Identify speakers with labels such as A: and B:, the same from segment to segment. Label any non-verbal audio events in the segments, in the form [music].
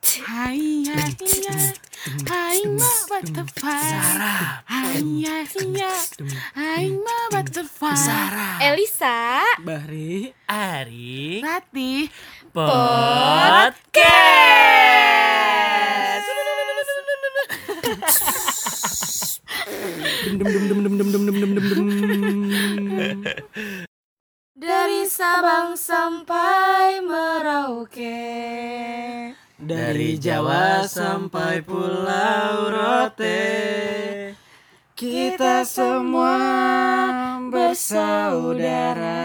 A: Hai hai
B: gitu,
A: ya. Hai ma butterfly.
B: Sarah.
A: Hai
C: Iya,
A: hai ya. Hai ma butterfly.
B: Sarah.
C: Eh,
D: Elisa,
B: Bahri. Ari.
A: Ratih.
D: podcast.
B: Dum, dum, dum, dum, dum, dum, dum, dum, dum, dum, dum.
D: Dari Sabang sampai Merauke.
B: Dari Jawa sampai Pulau Rote Kita semua bersaudara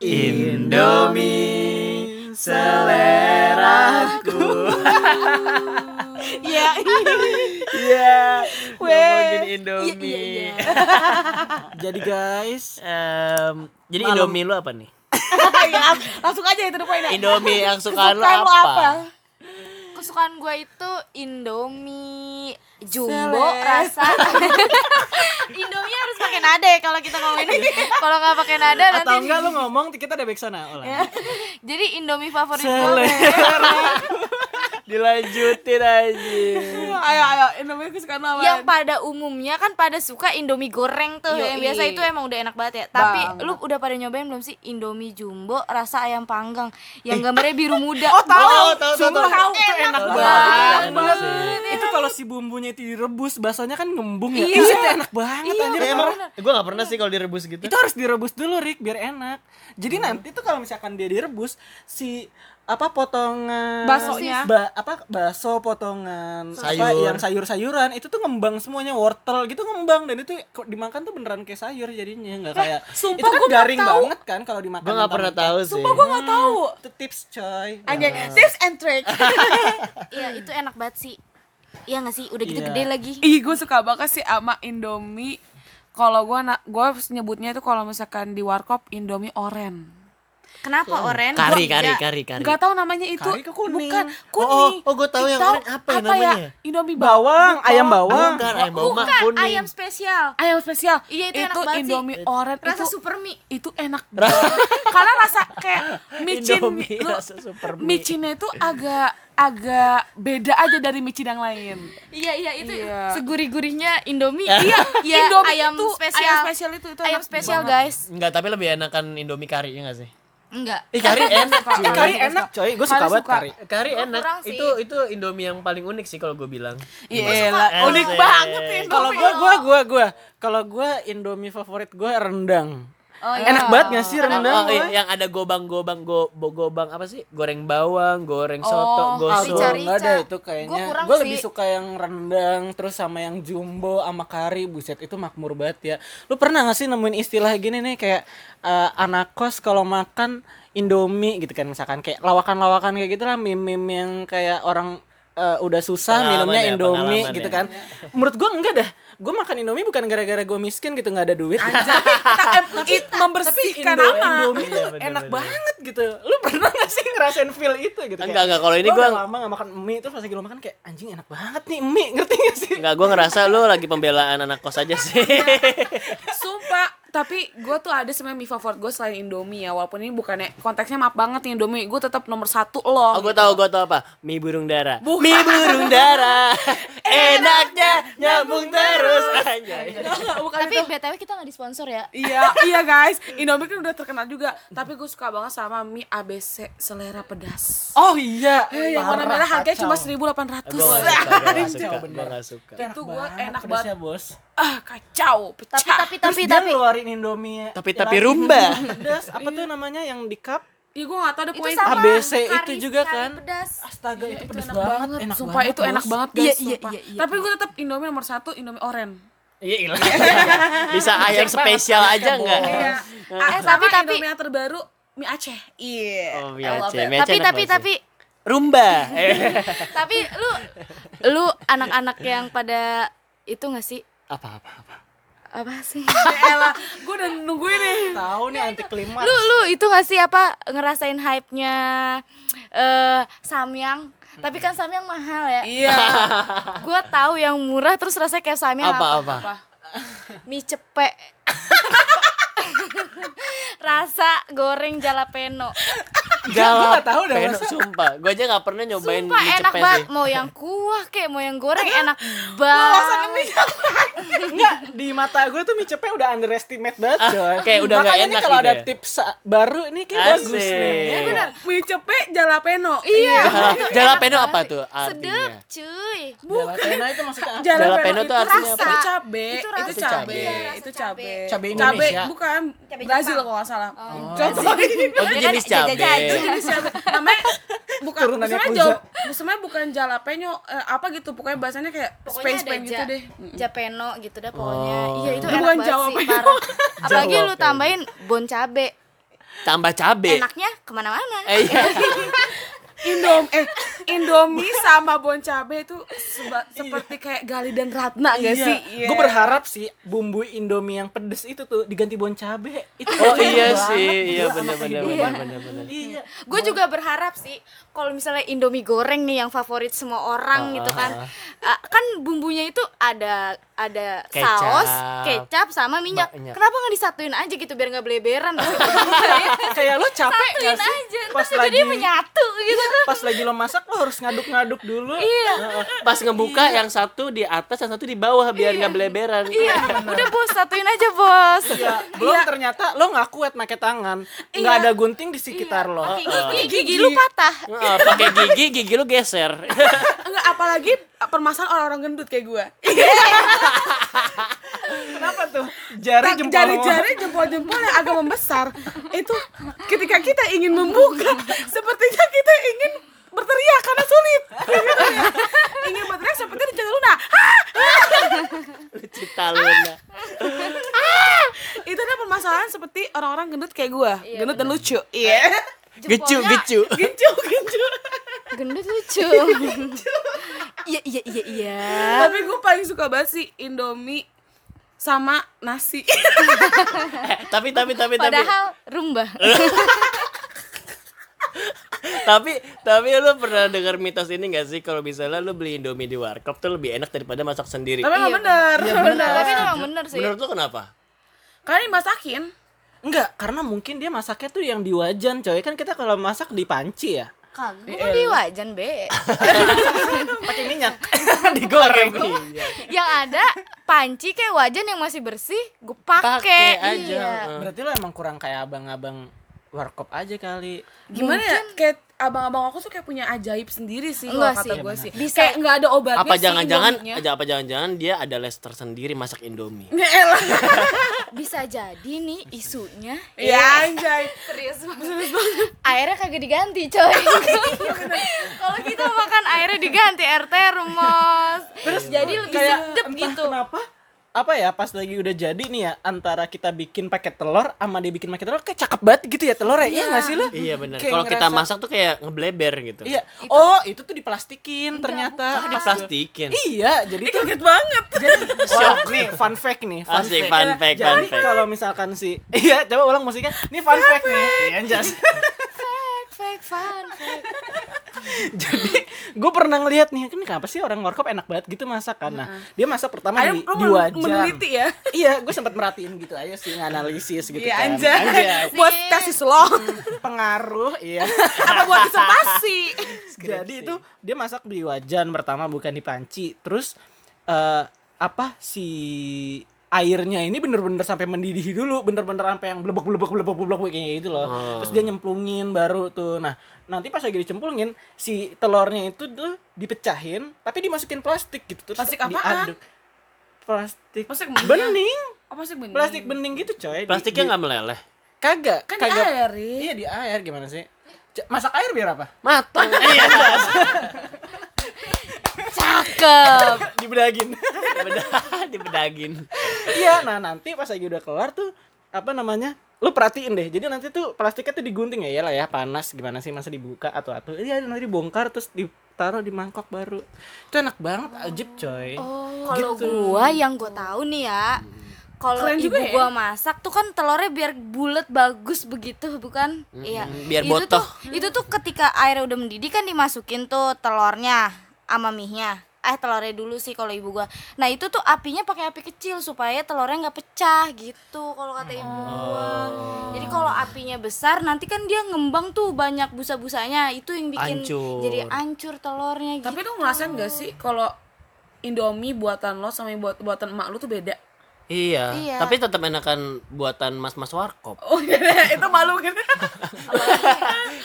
B: Indomie seleraku
D: Ya,
B: Ya, ngomongin
D: iya,
B: Indomie
D: iya, iya.
B: Jadi guys,
E: Em, jadi
B: Malam.
E: Indomie lu apa nih?
D: Ya, lang- Langsung aja itu poinnya.
E: Indomie yang suka
D: Kesukaan
E: lu
D: lo
E: apa?
D: apa? Kesukaan gue itu Indomie jumbo rasa. Indomie harus pakai nada ya kalau kita ngomongin. [laughs] Kalau nggak pakai nada nanti.
B: atau enggak lu ngomong kita udah back sana ulang.
D: Jadi Indomie favorit gue.
B: Selera
E: Dilanjutin aja.
C: ayo ayo Indomie kesukaan lo
D: Yang pada umumnya kan pada suka Indomie goreng tuh yang
C: Yoi.
D: biasa itu emang udah enak banget ya. Tapi
C: Banget.
D: lu udah pada nyobain belum sih Indomie jumbo rasa ayam panggang yang gambarnya biru muda.
C: oh tahu
E: Oh, tahu, tahu,
C: Sumpah,
E: tahu.
C: itu enak
E: Tahu,
C: banget
E: tahu, tahu.
B: itu kalau si bumbunya itu direbus baksonya kan ngembung ya
C: Iya.
B: itu enak banget anjir
E: Ya, emang gue gak pernah sih kalau direbus gitu.
B: itu harus direbus dulu Rick biar enak jadi
C: Hmm.
B: nanti tuh kalau misalkan dia direbus si apa potongan
C: Baksonya.
B: ba- apa bakso potongan apa,
E: Sayur.
B: yang sayur-sayuran itu tuh ngembang semuanya wortel gitu ngembang dan itu kok dimakan tuh beneran kayak sayur jadinya nggak kayak
C: Eh, sumpah,
B: itu kan
C: gua nggak
B: garing
C: tahu.
B: banget kan kalau dimakan
E: Gue gak pernah tahu sih.
C: sumpah gue nggak tahu
B: itu tips coy
C: anjay tips and trick
D: [laughs] Iya, itu enak banget sih. Iya gak sih? Udah gitu
B: Iya.
D: gede lagi.
C: ih gue suka banget sih sama Indomie kalau gue na- gue nyebutnya itu kalau misalkan di warkop Indomie oren
D: Kenapa oren?
E: Kari,
D: Gua-
E: kari,
D: ya.
E: kari, kari.
C: nggak tahu namanya itu
B: Kari ke kuning.
C: bukan kuning
E: Oh, oh, oh, gua tahu yang
C: Tahu
E: oren apa ya namanya?
C: Indomie
B: bawang ayam bawang
E: Bukan, ayam bau mah
D: Bukan,
E: Eh, kuning.
D: ayam spesial.
C: ayam spesial
D: Iya, itu enak banget sih.
C: Indomie oren
D: Rasa
C: itu
D: super mie.
C: itu enak banget
E: [laughs]
C: karena rasa kayak micin
E: Indomie
C: lu-
E: rasa super mie.
C: micinnya itu agak agak beda aja dari micin yang lain
D: Iya, iya, itu
C: Iya.
D: segurih-gurihnya Indomie.
C: iya
D: iya,
C: Indomie
D: ayam
C: itu,
D: spesial.
C: ayam spesial itu itu
D: Ayam
C: enak
D: spesial,
C: banget.
D: guys.
E: Enggak, tapi lebih enakan Indomie kari ya gak sih?
D: Enggak.
E: Eh, kari
C: Suka,
E: enak. cuy.
B: Eh, kari enak coy gue suka
C: Kari
B: banget
C: suka.
B: kari
E: Kari
D: kurang
E: enak.
D: sih.
E: Itu itu Indomie yang paling unik sih kalau gue bilang.
B: iya
E: Enak.
B: unik
E: Enak.
B: banget ya kalau gua gua gua gua kalau gua indomie favorit gua rendang Oh, iya. enak banget gak sih rendang
E: Oh, iya, yang ada gobang-gobang go, bo- gobang apa sih? Goreng bawang, goreng
B: Aduh,
E: soto, gosok.
D: Rica,
B: nggak ada
D: rica.
B: itu
D: Gua
B: kayaknya.
D: kurang
B: Gue lebih
D: sih.
B: suka yang rendang terus sama yang jumbo sama kari buset itu makmur banget ya. Lu pernah gak sih nemuin istilah gini nih kayak eh, anak kos kalau makan Indomie gitu kan misalkan kayak lawakan-lawakan kayak gitu lah meme yang kayak orang eh, udah susah
E: Pengalaman
B: minumnya
E: ya,
B: Indomie
E: pengalaman
B: gitu
E: ya.
B: kan. Menurut gua enggak dah. Gua makan Indomie bukan gara-gara gua miskin gitu nggak ada duit. [laughs]
C: Kita- eh, it membersihkan
B: Indo-
C: nama
B: Indomie tuh
E: Iya, bener,
B: enak
E: bener.
B: banget gitu. Lu pernah gak sih ngerasain feel itu gitu?
E: Enggak, enggak. Kalau ini
B: Gua
E: gua-
B: udah lama gak makan mie terus pas lagi lo makan kayak anjing enak banget nih mie ngerti gak sih?
E: Enggak, gue ngerasa lu lagi pembelaan anak kos aja sih.
C: Sumpah, tapi gue tuh ada sebenarnya mie favorit gue selain Indomie ya, walaupun ini bukannya konteksnya maaf banget nih Indomie, gue tetap nomor satu loh.
E: Oh, gue tahu, gue tahu apa? Mie burung dara. Mie burung dara. Enaknya nyambung terus anjay.
C: [laughs] bukan
D: Tapi
C: itu.
D: BTW kita nggak disponsor ya.
C: Iya, iya guys, Indomie kan udah terkenal juga, tapi gue suka banget sama mie ABC selera pedas.
B: Oh iya,
C: Eh, yang warna merah harganya cuma 1800
E: Gue gak suka, gue gak suka, gue gak suka.
C: [laughs] Itu gue enak
B: ya
C: banget.
B: bos.
C: Ah, kacau, pecah.
D: Tapi tapi tapi
B: Terus dia
D: tapi
B: ngeluarin Indomie.
E: Tapi
B: yang
E: tapi
B: lagi
E: rumba.
B: [laughs] Pedas, apa tuh namanya yang di cup?
C: Iya, gue gak tau ada
D: itu
C: poin.
D: sama
B: ABC itu
D: kari-
B: juga
D: kari
B: kan.
D: pedas.
B: Astaga itu pedas
C: enak
B: banget.
C: banget,
B: enak
C: sumpah
B: banget,
C: itu enak
B: Bos.
C: banget guys,
D: Iya, iya,
C: sumpah.
D: iya, iya.
C: Tapi gue tetap Indomie nomor satu, Indomie oren.
E: Iya ilah. [laughs] Bisa ayam spesial aja enggak?
C: Iya.
D: [laughs] Eh,
C: Ah,
D: tapi-
C: tapi
D: tapi-
C: Indomie yang terbaru mie Aceh. Iya.
E: Oh, mie
D: I love
E: Aceh,
D: it.
E: mie Aceh
D: Tapi
E: enak
D: tapi
E: banget sih.
D: tapi
E: [laughs] rumba. Eh,
D: tapi lu lu anak-anak yang pada itu nggak sih
E: apa apa apa.
D: apa sih?
C: Gue udah nungguin nih.
B: Tahu nih anti klimaks.
D: Lu lu itu nggak sih apa ngerasain hype-nya eh Samyang?
E: Hmm.
D: Tapi kan Samyang mahal ya.
C: Iya.
D: [laughs] Gua tahu yang murah terus rasanya kayak Samyang
E: Apa
D: apa?
E: apa.
D: Mie cepek. [laughs] Rasa goreng jalapeno.
B: Gua
E: Galak.
B: nggak tahu dah,
E: Penuh,
B: masa.
E: sumpah. Gue aja gak pernah nyobain
D: Sumpah
E: mie
D: enak
E: cepet
D: banget,
E: sih.
D: mau yang kuah kayak mau yang goreng enak banget.
B: Enggak, di mata gue tuh mie cepet udah underestimate banget
E: Ah,
B: coy.
E: kayak udah nggak
B: Makanya nih
E: enak
B: kalau
E: gitu
B: ada
E: ya.
B: tips sa- baru ini kayak bagus nih.
E: Asik.
D: Iya,
B: Ya, bener.
C: Mie cepet jalapeno. Iya.
E: Ah, Jalapeno apa tuh
D: Sedep,
E: artinya?
D: cuy.
B: Jalapeno itu maksudnya apa?
E: Jalapeno tuh artinya
C: rasa.
E: apa?
C: Itu cabe,
D: Itu
C: itu,
D: rasa.
C: cabe,
E: Iya,
D: rasa
C: itu
D: cabe.
C: cabe.
B: Cabe Indonesia.
C: Cabe, bukan
D: Cabe
C: Brazil
D: Jepang.
C: kalau nggak salah.
D: Oh.
C: Contohin. [laughs]
E: Oh, itu jenis cabe.
C: Jenis cabe. Namanya bukan
B: Turunannya
C: sebenarnya
B: Kuza.
C: jawab, sebenarnya bukan jalapeno eh, apa gitu, pokoknya bahasanya kayak
D: Pokoknya
C: space
D: ada
C: space gitu
D: ja-
C: deh.
D: Japeno gitu dah pokoknya.
E: Oh.
D: Iya itu
C: Itu
D: enak
C: bukan
D: banget
C: Jawa
D: sih,
C: Peno.
D: parah. Apalagi
E: Jawa
D: lu
E: Peno.
D: tambahin bon cabe.
E: Tambah cabe.
D: Enaknya kemana-mana.
E: Eh, iya.
C: Indom eh Indomie sama bon cabe itu
D: Iya.
C: seba- seperti kayak Gali dan Ratna gak sih? Iya.
B: Gue berharap sih bumbu Indomie yang pedes itu tuh diganti bon cabe. Itu
E: Oh
B: cocok
E: iya
B: banget
E: sih, iya
B: gua sama
E: benar benar
B: kehidupan.
E: benar benar benar.
B: Iya.
D: Gue juga berharap sih kalau misalnya Indomie goreng nih yang favorit semua orang gitu kan. Ah, kan bumbunya itu ada ada
E: Kecap.
D: saus, kecap sama minyak.
E: Banyak.
D: Kenapa nggak disatuin aja gitu biar nggak [laughs] beleberan?
B: Kayak lo capek
D: Satuin
B: gak sih?
D: aja,
B: Pas
D: ntar
B: lagi
D: jadi menyatu gitu.
B: pas lagi lo masak lo harus ngaduk-ngaduk dulu.
D: Iya.
E: Pas ngebuka yang satu di atas, yang satu di bawah biar nggak beleberan.
D: Iya, udah bos, satuin aja bos.
B: Iya, belum ternyata lo nggak kuat pakai tangan, nggak ada gunting di sekitar lo.
D: Pakai Gigi, gigi lu patah.
E: [laughs] Heeh, pakai gigi, gigi lu geser. [laughs]
C: Enggak apalagi permasalahan orang-orang gendut kayak gue.
B: Kenapa tuh? Jari
C: Tak-
B: jempol.
C: jari-jari jempol-jempol yang agak membesar itu ketika kita ingin membuka sepertinya kita ingin berteriak karena sulit ingin berteriak seperti di Jenderal Luna Ah!
E: Lucu taluna.
C: itu ada permasalahan seperti orang-orang gendut kayak gue gendut dan lucu iya
E: Gecu,
D: Jempolnya
E: gecu.
C: gencu gencu
D: [laughs] Gendut lucu. Iya, iya, iya, iya.
C: tapi gue paling suka banget sih Indomie sama nasi
E: Eh, tapi tapi tapi tapi
D: Padahal [laughs] rumba.
E: tapi tapi lu pernah dengar mitos ini gak sih kalau misalnya lu beli Indomie di warkop tuh lebih enak daripada masak sendiri.
C: tapi emang
D: Iya,
C: bener, bener.
D: Tapi itu emang bener sih.
E: Menurut lu kenapa?
C: karena dimasakin
B: Enggak, karena mungkin dia masaknya tuh yang di wajan, coy. Kan kita kalau masak di panci ya.
D: Kagak, gua di wajan be.
B: Pakai minyak digoreng.
D: yang ada panci kayak wajan yang masih bersih gue
E: Pakai
D: pakai
E: aja.
D: Iya.
E: Heeh.
B: Berarti lo emang kurang kayak abang-abang warkop aja kali.
C: gimana ya kayak abang-abang aku tuh kayak punya ajaib sendiri sih kalau
D: Enggak
C: kata
D: sih.
C: gue sih
D: Bisa.
C: kayak nggak ada obatnya
E: Apa
C: [laughs] sih
E: jangan-jangan
C: Indominya.
E: aja apa jangan-jangan dia ada les tersendiri masak
C: [laughs]
E: Indomie.
C: Ya elah.
D: bisa jadi nih isunya
C: Ya anjay.
D: serius Iya, airnya kagak diganti [laughs] coy kalau kita makan airnya diganti air termos terus jadi lebih
B: Kayak
D: sedep
B: entah
D: gitu
B: Kenapa? Apa ya pas lagi udah jadi nih ya antara kita bikin pakai telur sama dia bikin pakai telur kayak cakep banget gitu ya telurnya. Iya enggak sih lo?
E: Iya benar.
B: Kayak
E: Kalau kita
B: ngerasa-
E: masak tuh kayak ngebleber gitu.
B: Iya. Oh, itu tuh diplastikin ternyata.
E: Ah, diplastikin.
B: Iya, jadi tuh
C: Kaget banget. Iya,
B: Wah, nih fun fact nih, fun fact.
E: Asik, fun fact, fun
B: Jadi
E: fact.
B: kalau misalkan si Iya, coba ulang musiknya. Nih fun fact nih. Iya, Jas.
D: Fake fun fake.
B: [laughs] Jadi gue pernah ngelihat nih, kan kenapa sih orang warkop enak banget gitu masak kan? Nah, dia masak pertama
C: Ada
B: di,
C: lu
B: di wajan.
C: meneliti ya.
B: Iya, gue sempat merhatiin gitu aja sih, nganalisis gitu
C: Iya
B: kan.
C: anjay. [laughs] Buat tesis lo.
B: Pengaruh,
C: [laughs]
B: iya.
C: Apa buat disertasi?
B: Jadi itu dia masak di wajan pertama bukan di panci. Terus eh, apa si airnya ini bener-bener sampai mendidih dulu, bener-bener sampai yang blebek blebek blebek blebek kayak gitu loh.
C: Ah.
B: Terus dia nyemplungin baru tuh. Nah, nanti pas lagi dicemplungin si telurnya itu tuh dipecahin tapi dimasukin plastik gitu terus
C: Plastik apaan?
B: diaduk. Plastik.
C: Plastik bening.
B: bening.
C: Apa sih bener?
B: Plastik bening gitu, coy. Di- di-
E: Plastiknya nggak meleleh.
B: kagak.
C: Kan di
B: kagak.
C: air, Ri.
B: Iya, di air gimana sih? C- Masak air biar apa?
E: Matang. Iya, Jas.
D: cakep
B: Dibedagin.
E: Dibedah- [laughs] dibedagin.
B: Iya, nah nanti pas lagi udah kelar tuh apa namanya? Lu perhatiin deh. Jadi nanti tuh plastiknya tuh digunting ya, iyalah ya panas gimana sih masa dibuka atau atau iya nanti dibongkar terus ditaruh di mangkok baru. Itu enak banget, ajib coy.
D: Oh,
B: Gitu.
D: kalau gua yang gua tahu nih ya kalau
C: Gitu. Keren
D: ibu
C: juga ya.
D: gua masak tuh kan telurnya biar bulat bagus begitu bukan? Iya.
E: biar
D: itu
E: botoh.
D: Tuh, itu tuh ketika airnya udah mendidih kan dimasukin tuh telurnya sama mie-nya. eh telurnya dulu sih kalau ibu gua nah itu tuh apinya pakai api kecil supaya telurnya nggak pecah gitu kalau kata ibu gua
C: Oh.
D: jadi kalau apinya besar nanti kan dia ngembang tuh banyak busa-busanya itu yang bikin
E: Hancur.
D: jadi ancur telurnya gitu
C: Tapi lu ngerasain gak sih kalau Indomie buatan lo sama yang buat buatan emak lu tuh beda?
E: Iya,
D: Iya.
E: tapi tetap enakan buatan mas-mas
C: [laughs]
E: warkop.
C: Oh itu malu gitu.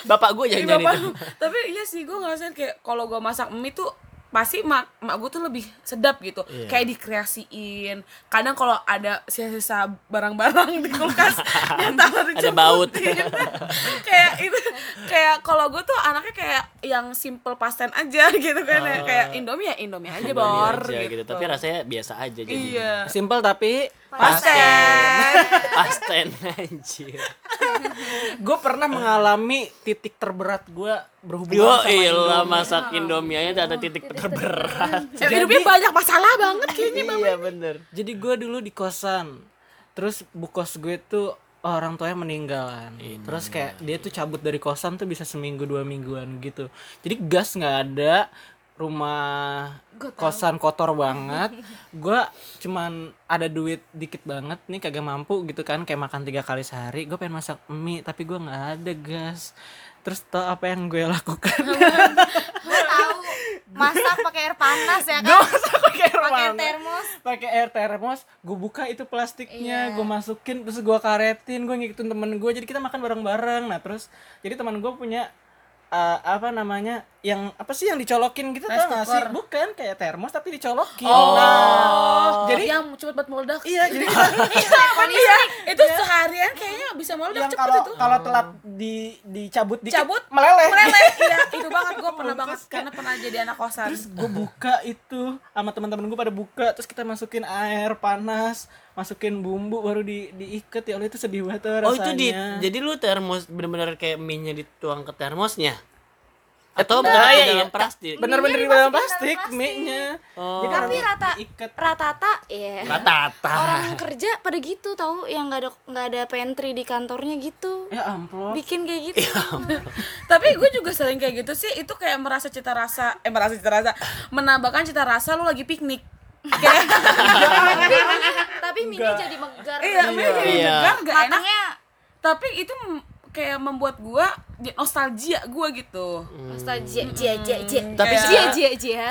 E: Bapak gue yang
C: Iya,
E: nyari
C: Bapak
E: itu.
C: lu. [laughs] Tapi iya sih gue ngerasain kayak kalau gue masak mie tuh pasti mak mak gue tuh lebih sedap gitu
E: Iya.
C: kayak dikreasiin kadang kalau ada sisa-sisa barang-barang di
E: [laughs]
C: kulkas dia taruh di
E: Ada
C: cemputin. [laughs]
E: baut.
C: kayak itu kayak kalau gue tuh anaknya kayak yang simple pasten aja [laughs] gitu kan ya. kayak indomie ya indomie aja bor
E: Ah. Aja gitu. tapi rasanya biasa aja jadi. [laughs]
C: iya
B: Simple tapi
C: pasten
E: Pasten anjir.
B: gue pernah mengalami titik terberat gue
E: Yo
B: berhubungan sama
E: ilah masak indomianya ada titik terberat.
C: Eh, hidupnya banyak masalah banget kayaknya
E: iya bener.
B: Jadi gue dulu di kosan, terus bukos gue tuh orang tuanya meninggalan. Terus kayak dia tuh cabut dari kosan tuh bisa seminggu dua mingguan gitu. Jadi gas nggak ada, rumah kosan kotor banget. gue cuman ada duit dikit banget nih kagak mampu gitu kan kayak makan tiga kali sehari. Gue pengen masak mie tapi gue nggak ada gas. Terus tau apa yang gue lakukan?
C: [laughs]
D: Gua tahu masak pakai air panas ya
B: [laughs]
D: kan
B: Pakai
D: pakai
B: ruangan.
D: termos
B: pakai air termos gue buka itu
C: Iya.
B: plastiknya gue masukin terus gue karetin gue ngikutin temen gue jadi kita makan bareng-bareng nah terus jadi teman gue punya eh, apa namanya yang apa sih yang dicolokin gitu tau gak sih bukan kayak termos tapi dicolokin Nah,
E: Oh.
C: jadi
B: jadi
C: Oh. yang cepet buat meledak
B: iya jadi
C: [laughs]
B: kita-
C: iya itu seharian kayaknya bisa meledak
B: yang
C: cepet
B: kalau
C: itu
B: kalau telat di dicabut dikit,
C: Cabut,
B: meleleh [laughs]
C: meleleh iya itu banget gue pernah banget karena pernah jadi anak kosan [laughs]
B: terus gue buka itu sama teman-teman gue pada buka terus kita masukin air panas masukin bumbu baru di diikat ya Allah itu sedih banget tuh rasanya
E: Oh itu di jadi lu termos bener-bener kayak mie-nya dituang ke termosnya. Atau bener di dalam plastik.
B: bener-bener di dalam plastik mie-nya
E: Oh.
B: jadi
D: tapi
B: harus
D: rata
B: diikat
D: rata-rata ya
E: Rata-rata.
D: orang yang kerja pada gitu tahu yang nggak ada nggak ada pantry di kantornya gitu
B: ya ampun
D: bikin kayak
E: Ya
D: [laughs] gitu
C: tapi gue juga sering kayak gitu sih itu kayak merasa cita rasa eh merasa cita rasa menambahkan cita rasa lu lagi piknik kayak
D: tapi mini jadi megar
C: iya iya,
B: gitu.
E: Iya.
C: iya. gak enak
D: matangnya
C: tapi itu m- kayak membuat gue nostalgia gue gitu
D: Oh. nostalgia jia jia jia
E: Hmm. Tapi
D: jia
E: sekarang-
D: jia jia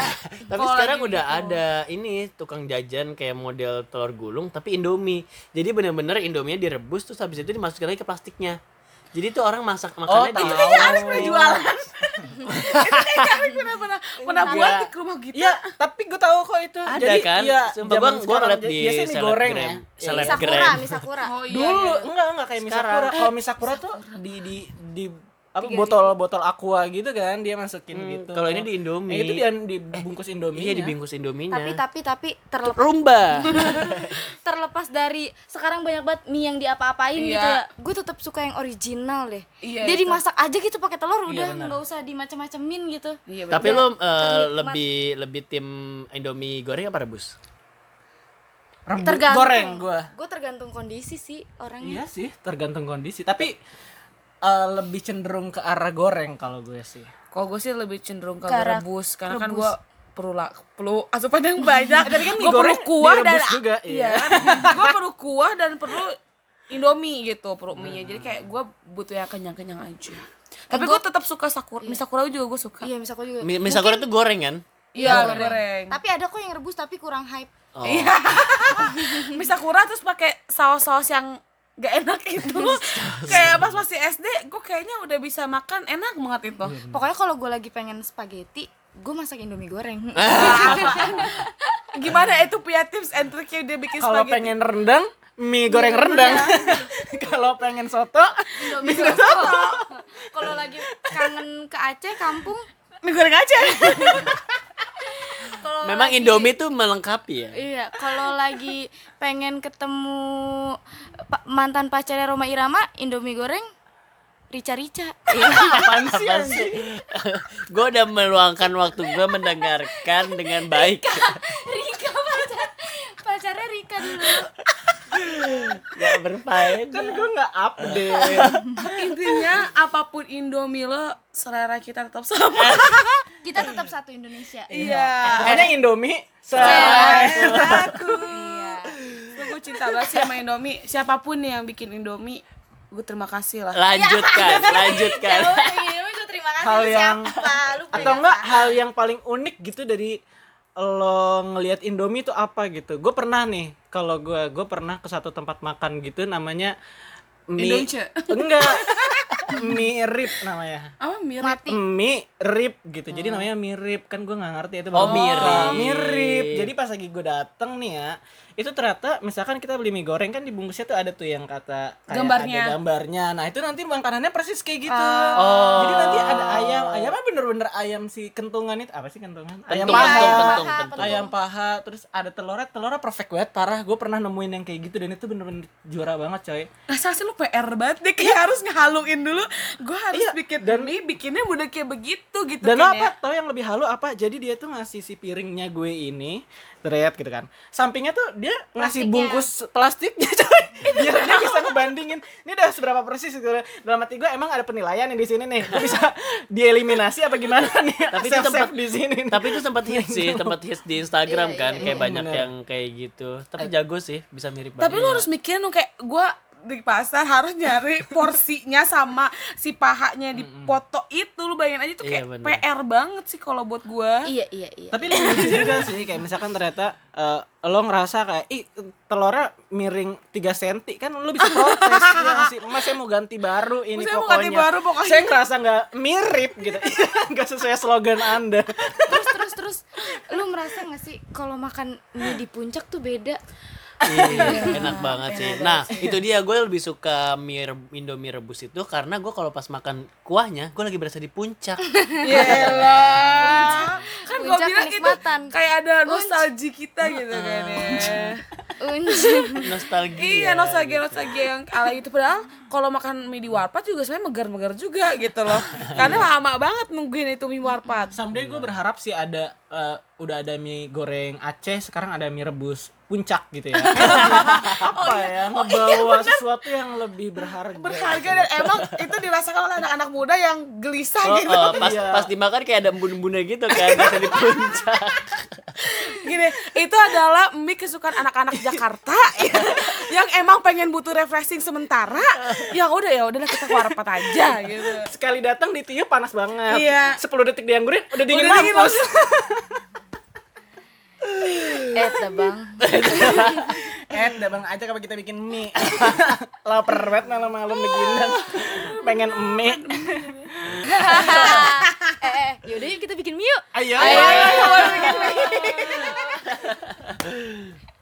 E: Tapi sekarang udah ada ini tukang jajan kayak model telur gulung tapi Indomie. Jadi bener-bener Indominya direbus terus habis itu dimasukin lagi ke plastiknya. Jadi tuh orang masak makannya di
C: Alex pernah Kan jualan [laughs] itu kayaknya Alex pernah pernah pernah buat di rumah gitu
B: Iya, tapi gue tahu kok itu.
E: Ada
B: Jadi,
E: kan?
B: Iya,
E: Sumpah,
B: zaman
E: gua- gua
B: sekarang.
E: ngeliat
B: Jadi
E: di
B: biasanya mie goreng ya. Iya.
E: [laughs] selebgram. Oh,
D: Oh,
E: Seleb-
D: misakura
E: Keren.
D: misakura
C: Oh, iya,
D: iya,
B: Dulu enggak enggak kayak mie sakura. Kalau mie sakura tuh di di di apa botol-botol aqua gitu kan dia masukin gitu.
E: Hmm. kalau ini di Indomie.
B: Eh, itu di dibungkus Indomie. ya.
E: Iya dibungkus Indominya.
D: tapi tapi tapi
E: [laughs]
D: terlepas
E: rumba.
D: terlepas dari sekarang banyak banget mie yang diapa-apain
C: Iya.
D: gitu ya gue tetap suka yang original deh
C: Iya,
D: dia
C: itu.
D: dimasak aja gitu pakai telur
E: Iya,
D: udah nggak usah dimacem-macemin gitu
C: iya bener.
E: tapi lu eh, lebih lebih tim Indomie goreng apa rebus?
D: tergantung
B: goreng gua.
D: gue tergantung kondisi sih
B: Iya
D: orangnya
B: sih, tergantung kondisi. Tapi eh, lebih cenderung ke arah goreng kalau gue sih.
C: Kalau gue sih lebih cenderung ke
D: Karak-
C: rebus karena kan gue perlu la- perlu asupan [laughs] yang banyak. Tapi kan gue perlu
B: goreng
C: kuah dan
B: direbus juga,
C: iya. [laughs] gue perlu kuah dan perlu Indomie gitu perlu mie Jadi kayak gue butuh yang kenyang-kenyang aja. Tapi gue tetap suka sakura, mie sakura juga gue suka.
D: iya misal gue juga
E: Mi- Mie sakura tuh goreng kan?
C: Iya goreng.
D: tapi ada kok yang rebus tapi kurang hype
C: [laughs] Mie sakura terus pakai saus-saus yang gak enak [laughs] itu kayak pas masih SD gue kayaknya udah bisa makan enak banget [laughs] itu
D: pokoknya kalau gue lagi pengen spaghetti gue masak indomie goreng [laughs]
C: Iya. gimana itu punya tips and trick yang dia bikin
B: Kalau
C: spaghetti
B: pengen rendang, mie goreng rendang. [laughs] kalau pengen soto,
D: indomie goreng kalau lagi kangen ke Aceh kampung
C: mie goreng aja
D: kalau
E: Memang Indomie tuh melengkapi ya.
D: Iya, kalau lagi pengen ketemu pa- mantan pacarnya Roma Irama, Indomie goreng, rica-rica. [laughs]
B: apaan sih?
E: [laughs]
B: anjing?
E: gue udah meluangkan waktu gue mendengarkan dengan baik.
D: Rika pacar, pacarnya Rika dulu.
E: Gak berfaedah.
B: kan gue nggak update
C: intinya apapun Indomie lo selera kita tetap sama
D: Kita tetap tetap satu Indonesia.
C: Iya.
B: Pokoknya Indomie
C: Selera
B: selera.
C: aku. Iya. Gue cinta banget sih sama Indomie. Siapapun nih yang bikin Indomie, gue terima kasih lah.
E: Lanjutkan, lanjutkan.
D: Kalau lu itu Oh, iya, terima kasih
B: Hal
D: lu
B: yang-
D: siapa? Lu
B: [laughs] Atau
D: punya
B: enggak hal yang paling unik gitu dari lo ngelihat Indomie itu apa gitu? Gue pernah nih, kalau gue gue pernah ke satu tempat makan gitu namanya mie
C: Indomie.
B: enggak mirip namanya
C: Apa mirip?
D: mati.
B: mie rib gitu jadi namanya mirip kan gue nggak ngerti itu
E: Hmm. Oh,
B: baru-
E: mirip.
B: Ah, mirip jadi pas lagi gue dateng nih ya itu ternyata misalkan kita beli mie goreng kan dibungkusnya tuh ada tuh yang kata kayak
C: Gambarnya.
B: ada gambarnya nah itu nanti makanannya persis kayak gitu
E: Oh.
B: jadi nanti ada ayam ayamnya bener-bener ayam si kentungan itu apa sih kentungan ayam
E: Tentu, tentu,
B: paha
E: tentu,
D: Paha,
E: tentu.
B: ayam paha terus ada telurnya telurnya perfect banget parah gue pernah nemuin yang kayak gitu dan itu bener-bener juara banget coy
C: Rasa sih lu PR banget deh, kayak harus ngehaluin dulu. Gue harus
B: Iya,
C: bikin
B: dan-
C: mie, bikinnya udah kayak begitu gitu
B: Dan lo
C: kan
B: apa? Tau yang lebih halu apa? Jadi dia tuh ngasih si piringnya gue ini, teret gitu kan. Sampingnya tuh dia ngasih
D: Plastiknya.
B: bungkus plastiknya [laughs] coy. Biar dia bisa ngebandingin. Ini udah seberapa persis gitu. Dalam hati gue emang ada penilaian nih di sini nih. Gue bisa dieliminasi apa gimana nih?
E: Tapi itu
B: Self-save
E: tempat-
B: di sini.
C: [laughs]
B: nih.
E: Tapi itu sempat hits sih, tempat hits di Instagram
D: Iya,
E: kan,
D: iya,
E: kayak
B: iya.
E: banyak
B: Bener.
E: yang kayak gitu. Tapi jago sih, bisa mirip
C: Eh, Tapi
E: banget.
C: lu harus mikirin lu kayak gue di pasar harus
B: [laughs]
C: nyari porsinya sama si pahanya di foto itu lu bayangin aja tuh
E: Iya,
C: kayak
E: bener.
C: PR banget sih kalau buat gue
D: Iya, iya, iya.
B: Tapi lebih lucu juga sih kayak misalkan ternyata eh, lo ngerasa kayak ih telurnya miring 3 cm kan lo bisa
C: [laughs]
B: protes ya nggak sih mas saya mau ganti baru ini
C: Mas, saya
B: pokoknya.
C: mau ganti baru pokoknya."
B: Saya ngerasa nggak mirip gitu. [laughs] nggak sesuai slogan Anda.
D: terus terus terus lu merasa nggak sih kalau makan mie di puncak tuh beda
C: [laughs]
E: Iya, enak banget sih. Nah, itu dia gue lebih suka mie reb- Indomie rebus itu karena gue kalau pas makan kuahnya, gue lagi berasa di
C: [laughs]
E: puncak.
C: Yelah Ya Kan gue
D: Puncak
C: bilang itu
D: kenikmatan.
C: kayak ada nostalgia kita gitu kan ya
D: Unj-
E: Nostalgia.
C: Iya nostalgia nostalgia yang ala itu padahal kalau makan mie di warpat juga sebenarnya megar-megar juga gitu loh. Karena lama banget nungguin itu mie warpat.
B: Someday gue berharap sih ada eh, udah ada mie goreng Aceh, sekarang ada mie rebus puncak [laughs] gitu ya.
C: Oh,
B: Apa
C: iya.
B: ya ngebawa sesuatu yang lebih berharga.
C: Berharga dan emang itu dirasakan oleh anak-anak muda yang gelisah
E: Oh,
C: gitu.
E: oh, pas
B: Iya.
E: pas dimakan kayak ada embun-embunnya gitu kan, berasa di puncak.
C: Gini, itu adalah mie kesukaan anak-anak Jakarta [laughs] ya, yang emang pengen butuh refreshing sementara. Ya udah ya udahlah kita ke warpat aja gitu.
B: Sekali datang ditiup panas banget.
C: Iya.
B: 10 detik dianggurin udah dingin
C: Udah dingin,
B: mampus.
D: eh bang
B: Eh, udah bang aja kalau kita bikin mie. [laughs] Laper banget malam-malam beginian. Pengen mie.
D: eh, eh yaudah yuk kita bikin mie yuk
B: Ayo.
D: Ayo, ayo, ayo,